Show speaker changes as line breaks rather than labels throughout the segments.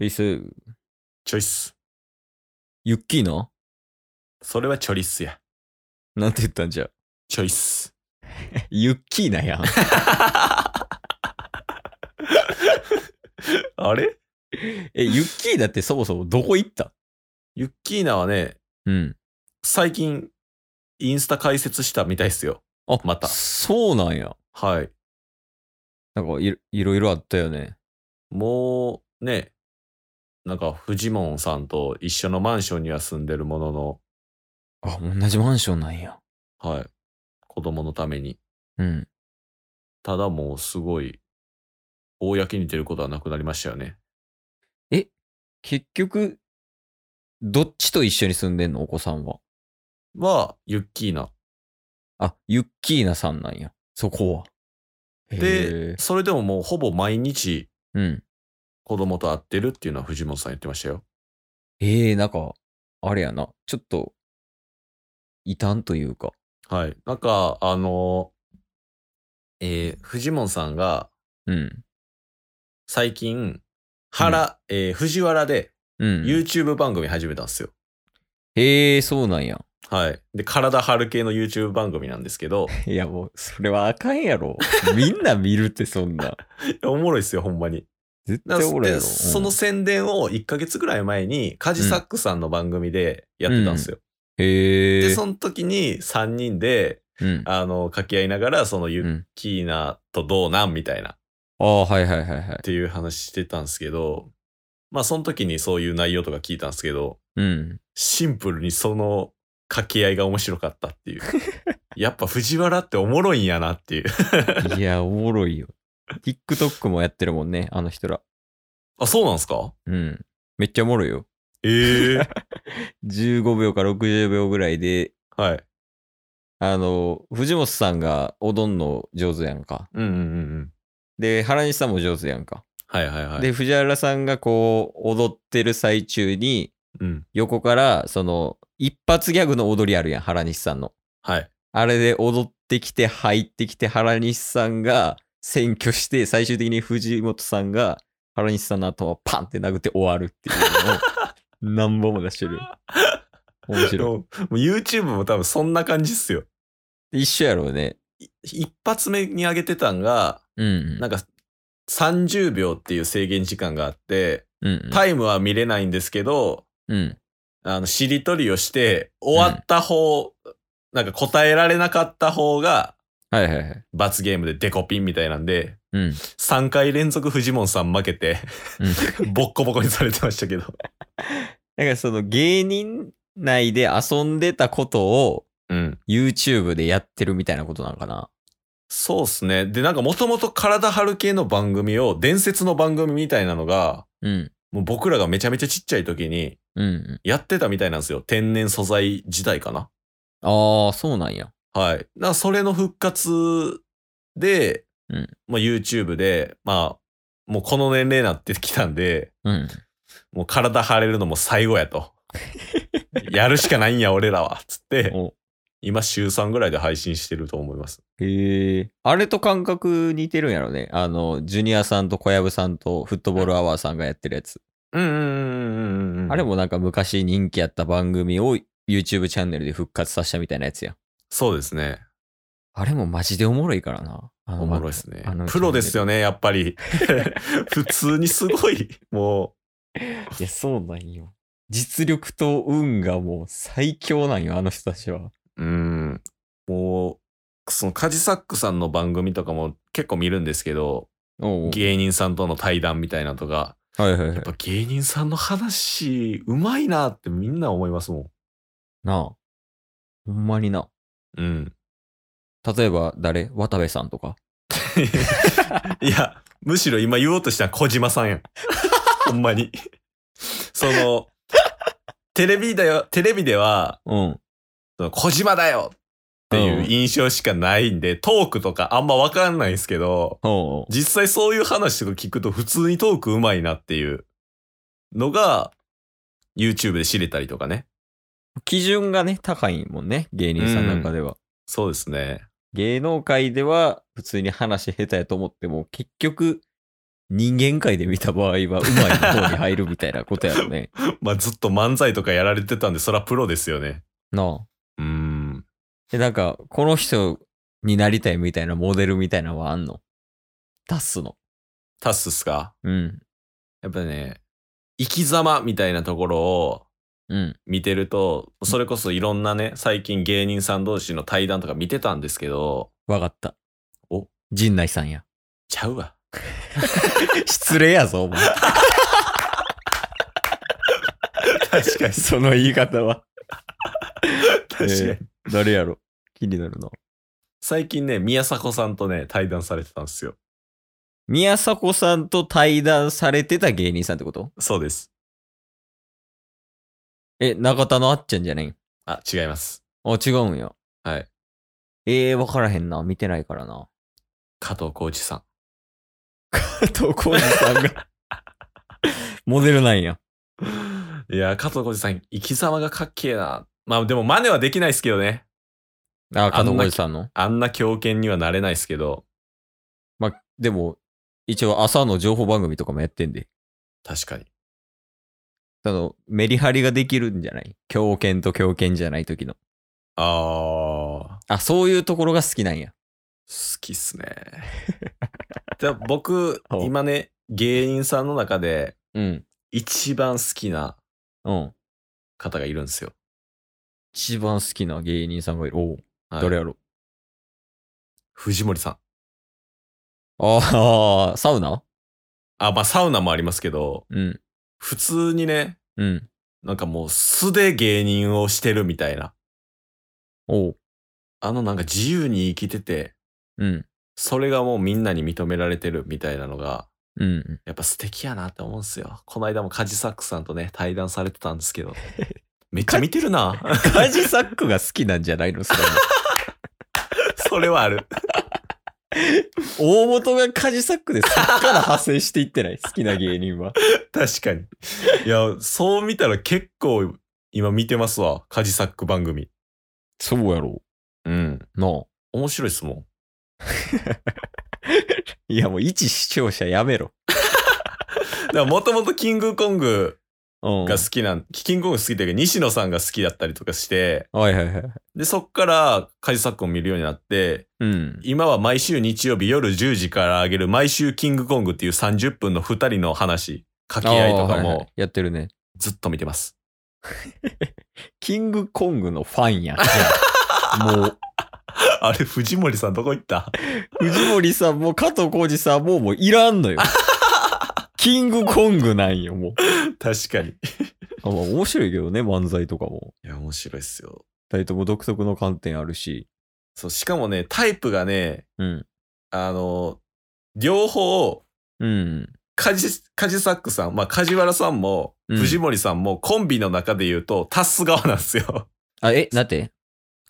いっす。
チョイス。
ユッキーナ
それはチョリスや。
なんて言ったんじゃ。
チョイス。
ユッキーナやん。
あれ
え、ユッキーナってそもそもどこ行った
ユッキーナはね、
うん。
最近、インスタ開設したみたいっすよ。
あ、
また
そうなんや。
はい。
なんかいろいろいろあったよね。
もう、ね、なんか、フジモンさんと一緒のマンションには住んでるものの、
あ、同じマンションなんや。
はい。子供のために。
うん。
ただもう、すごい、公に出ることはなくなりましたよね。
結局、どっちと一緒に住んでんのお子さんは。
は、ユッキーナ。
あ、ユッキーナさんなんや。そこは。へ
で
ー、
それでももう、ほぼ毎日、
うん。
子供と会ってるっていうのは藤本さん言ってましたよ。
ええなんか、あれやな。ちょっと、異端というか。
はい。なんか、あの、えー、藤本さんが
うん。
最近、原、えー藤原で
うん。
YouTube 番組始めたんですよ。
へえそうなんや。
はい。で、体張る系の YouTube 番組なんです けど、
いや、もう、それはあかんやろ。みんな見るって、そん な。
おもろいっすよ、ほんまに。
絶
だか
対
ら
おらや
で
ろ。
そ
うん
の宣伝を1ヶ月ぐらい前に、カジサックさんの番組でやってたんですよ。
へえ
で、その時に3人で、
うん。
あの、掛け合いながら、そのユ
う
ッ
ん、
キーナとどうなんみたいな。
ああ、はいはいはいはい
っ。ていう話してたんですけど、まあその時にそういう内容とか聞いたんですけど、
うん。
シンプルにその掛け合いが面白かったっ ていう。やっぱ藤原っておもろいんやなっていう。
いや、おもろいよ。TikTok もやってるもんね、あの人ら。
あ、そうなんすか
うん。めっちゃおもろいよ。
ええ
15秒か60秒ぐらいで、
はい。
あの、藤本さんがおどんの上手やんか。
うんうんうんうん。
で、原西さんも上手やんか。
はいはいはい。
で、藤原さんがこう、踊ってる最中に、
うん。
横から、その、一発ギャグの踊りあるやん、原西さんの。
はい。
あれで踊ってきて、入ってきて、原西さんが占拠して、最終的に藤本さんが原西さんの頭をパンって殴って終わるって いうのを、何本も出してる。面
で
白
ももう YouTube も多分そんな感じっすよ。
い。一緒やろうね。
い一発目に上げてたんが、
うん。
なんか30秒っていう制限時間があって、
うん。
タイムは見れないんですけど、
うん。
あの、しりとりをして、終わった方、なんか答えられなかった方が、
はいはいはい。
罰ゲームでデコピンみたいなんで、
うん。うん
3回連続フジモンさん負け て、ボッコボコにされてましたけど。
だからその芸人内で遊んでたことを
うん。
YouTube でやってるみたいなことなのかな。
そうっすね。で、なんかもともと体張る系の番組を、伝説の番組みたいなのが、
うん。
もう僕らがめちゃめちゃちっちゃい時に
うんうん。
やってたみたいなんですよ。天然素材時代かな。
ああ、そうなんや。
はい。だからそれの復活で、
うん
まあ、YouTube で、まあ、もうこの年齢になってきたんで、
うん。
もう体張れるのも最後や と。やるしかないんや、俺らは。つって、
お
今週3ぐらいで配信してると思います。
へえ。あれと感覚似てるんやろね。あの、ジュニアさんと小籔さんとフットボールアワーさんがやってるやつ。
うんうんうんうんうん。
あれ。もなんか昔人気やった番組を YouTube チャンネルで復活させたみたいなやつや。
そうですね。
あれもマジでおもろいからな。あの
おもろいですね
あの。
プロですよね、やっぱ り。普通にすごい、も
いや、そうなんよ。実力と運がもう最強なんよ、あの人たちは。
う、うん。もう、そのカジサックさんの番組とかも結構見るんですけど、
おうおう
芸人さんとの対談みたいなのとか、
はいはいは
や
い
っ。ぱ芸人さんの話、うまいなってみんな思いますも
なあ。ほんまにな。
ん。うん。
例えば誰渡部さんとか。
いや、むしろ今言おうとしたのは小島さんや ん。ほんまに。その、テレビだよ、テレビでは、
うん。
その小島だよっていううん印象しかないんで、トークとかあんまわかんないんですけど、
おうおう
実際そういう話とか聞くと普通にトークうまいなっていうのが、YouTube で知れたりとかね。
基準がね、高いもんね。芸人さんの中では。
そうですね。
芸能界では普通に話下手やと思っても結局人間界で見た場合は、うまいの方に入るみたいなことやろ ね。
まあずっと漫才とかやられてたんで、そらプロですよね。
なあ。
うーん。
え、なんか、この人になりたいみたいなモデルみたいなのはあんの出すの。
タスっすか
うん。
やっぱね、生き様みたいなところを
うん。
見てると、それこそいろんなね、最近芸人さん同士の対談とか見てたんですけど、
わかった。
お
陣内さん や。
ちゃうわ。
失礼やぞ、お前。
確 かに。
その言い方は。
確かに。
えー誰やろ気になるな。
最近ね、宮迫さんとね、対談されてたんですよ。
宮迫さんと対談されてた芸人さんってこと
そうです。
え、中田のあっちゃんじゃないん
あ、違います。
あ、違うんや。
はい。
ええー、わからへんな。見てないから な。
加藤浩次さん。
と、コージさんが。 モデルなんや。
いや、加藤浩次さん、生き様がかっけえな。まあでも真似はできないですけどね。
あ、加
あんな
藤浩次さんの
あんな狂犬にはなれないですけど、
まあ、でも、一応朝の情報番組とかもやってんで。
確かに。
その、メリハリができるんじゃない狂犬と狂犬じゃない時の。
あー、
あ、そういうところが好きなんや。
好きっすね。じゃあ 僕、
お
今ね、芸人さんの中で
うん。
一番好きな
うん。
方がいるんですよ。
一番好きな芸人さんがいる。おう、
はい
誰やろ
藤森さん。
ああ、サウナ
あ、まあサウナもありますけど、
うん。
普通にね、
うん。
なんかもう素で芸人をしてるみたいな。
おう。
あのなんか自由に生きてて、
うん。
それがもうみんなに認められてるみたいなのが、
うん。
やっぱ素敵やなって思うんですよ。この間もカジサックさんとね、対談されてたんです けど。めっちゃ見てるな。
カジサックが好きなんじゃないのそれ
それはある。
大元がカジサックでそっから派生していってない 好きな芸人は。
確かに。いや、そう見たら結構今見てますわ。カジサック番組。
そうやろ。
うん。
なあ。
面白いっすもん。
いやもう一視聴者やめろ。
だからもともとキングコング
うん
が好きなん、キングコング好きだけど、西野さんが好きだったりとかして、
はいはいはい。
で、そっからカジサックを見るようになって、
うん。
今は毎週日曜日夜10時から上げる毎週キングコングっていう30分の2人の話、掛け合いと
あ
か
ーはいは
も
いやってるね。
ずっと見てます。
キングコングのファ ンやん。もう、
あれ、藤森さんどこ行った
藤森さんも加藤浩次さんももういら んのよ。キングコングなんよ、もう。
確かに。い
あまあ面白いけどね、漫才とかも。
や、面白いっすよ。
二人とも独特の観点あるし。
そう、しかもね、タイプがね、
うん。
あの、両方、
うん。
カジ、カジサックさん、まあ、梶原さんも、
うん
藤森さんも、コンビの中で言うと、タス側なんです よ。
あ、え、なって。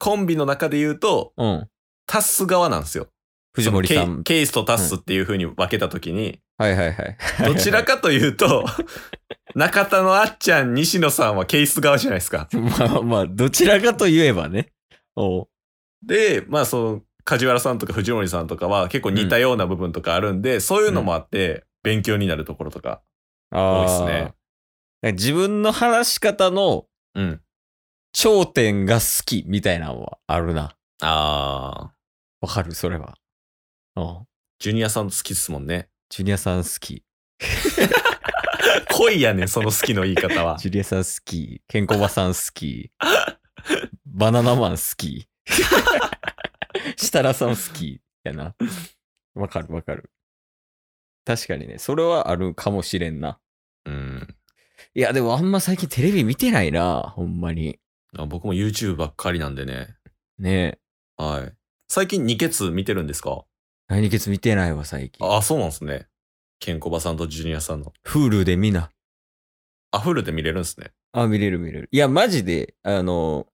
コンビの中で言うと、
うん。
タス側なんですよ。
藤森さ
そのケイ
ん。
ケイスとタスっていう風に分けたときに、
はいはいはい。
どちらかというと、 中田のあっちゃん、西野さんはケイス側じゃないですか。
まあまあ、どちらかといえばね。おう
で、まあその、梶原さんとか藤森さんとかは結構似たような部分とかあるんで、そういうのもあって、勉強になるところとか。
あ
多いっす
ー
ね
なんか自分の話し方の
うん。
頂点が好きみたいなのはあるな。
ああ。
わかるそれは。うん。
ジュニアさん好きですもんね。
ジュニアさん好き。
恋やねん、その好きの言い方は。
ジュリアさん好き。ケンコバさん好 き。バナナマン好き。設楽さん好き。やな。わかるわかる。確かにね、それはあるかもしれんな。
うん。
いや、でもあんま最近テレビ見てないな、ほんまに。
僕も YouTube ばっかりなんでね。
ねえ。
はい。最近二ケツ見てるんですか
来日見てないわ、最近。
ああ、そうなんですね。ケンコバさんとジュニアさんの。
Hulu で見な。
あ、フルで見れるんですね。
あ、見れる見れる。いや、マジで、あの、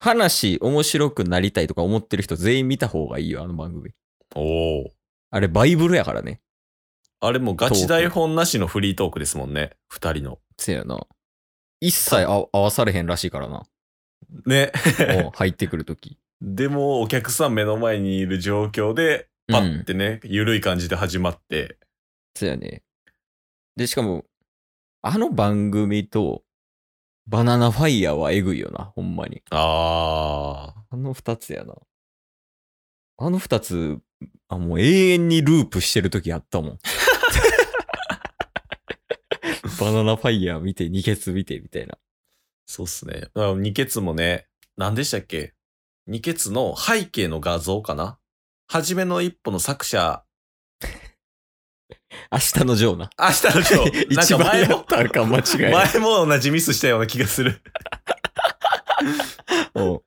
話面白くなりたいとか思ってる人全員見た方がいいよ、あの番組。
おお。
あれ、バイブルやからね。
あれもうガチ台本なしのフリートークですもんね。二人の。
せやな。一切あ合わされへんらしい からな。
ね。
もう入ってくるとき。
でも、お客さん目の前にいる状況で、パッてね、緩い感じで始まって、
そうやね。で、しかも、あの番組と、バナナファイヤーはえぐいよな、ほんまに。
ああ。
あの二つやな。あの二つ、あ、もう永遠にループしてる時あったも ん。バナナファイヤー見て、二血見て、みたいな。
そうっすね。あ二ケツもね、何でしたっけ二ケツの背景の画像かなはじめの一歩の作者、
明日のジョーな。
あしたの 今日、なん
一
か
番
前
や
も
っ、たらか間違いない。
前も同じミスしたような気がする。
うん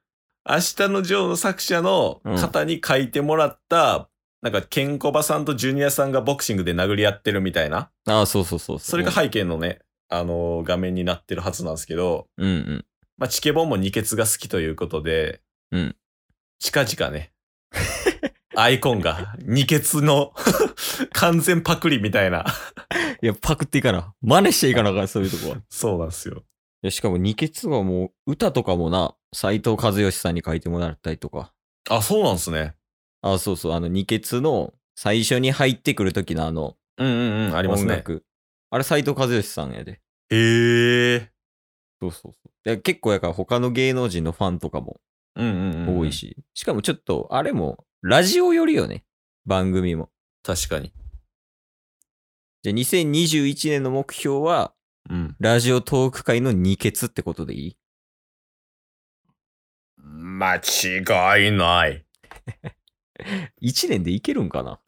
明日のジョーの作者の方に書いてもらった、なんかケンコバさんとジュニアさんがボクシングで殴り合ってるみたいな。
ああ、そうそうそうう。
それが背景のね、あのー画面になってるはずなんですけど、
うんうん。
まあ、チケボンも二血が好きということで、
うん
近々ね、アイコンが二血の完全パクリみたいな。
いや、パクっていかな。真似していかなあかん、そういうとこは。い
そうなんですよ。
や、しかも二血はもう、歌とかもな、斎藤和義さんに書いてもらったりとか。
あ、そうなんですね。
ああ、そうそう。あの、二血の最初に入ってくる時のあの、
うんうんうん、あります
音
ね。
楽。あれ、斎藤和義さんやで。
へえ。
そうそうそう。で結構やから他の芸能人のファンとかも
うんうんうん。
多い。し、しかもちょっと、あれも、ラジオよりよね、番組も。
確かに。
じゃあ2021年の目標は、
うん。
ラジオトーク界の二欠ってことでい い
間違いない。
?1 年でいけるんかな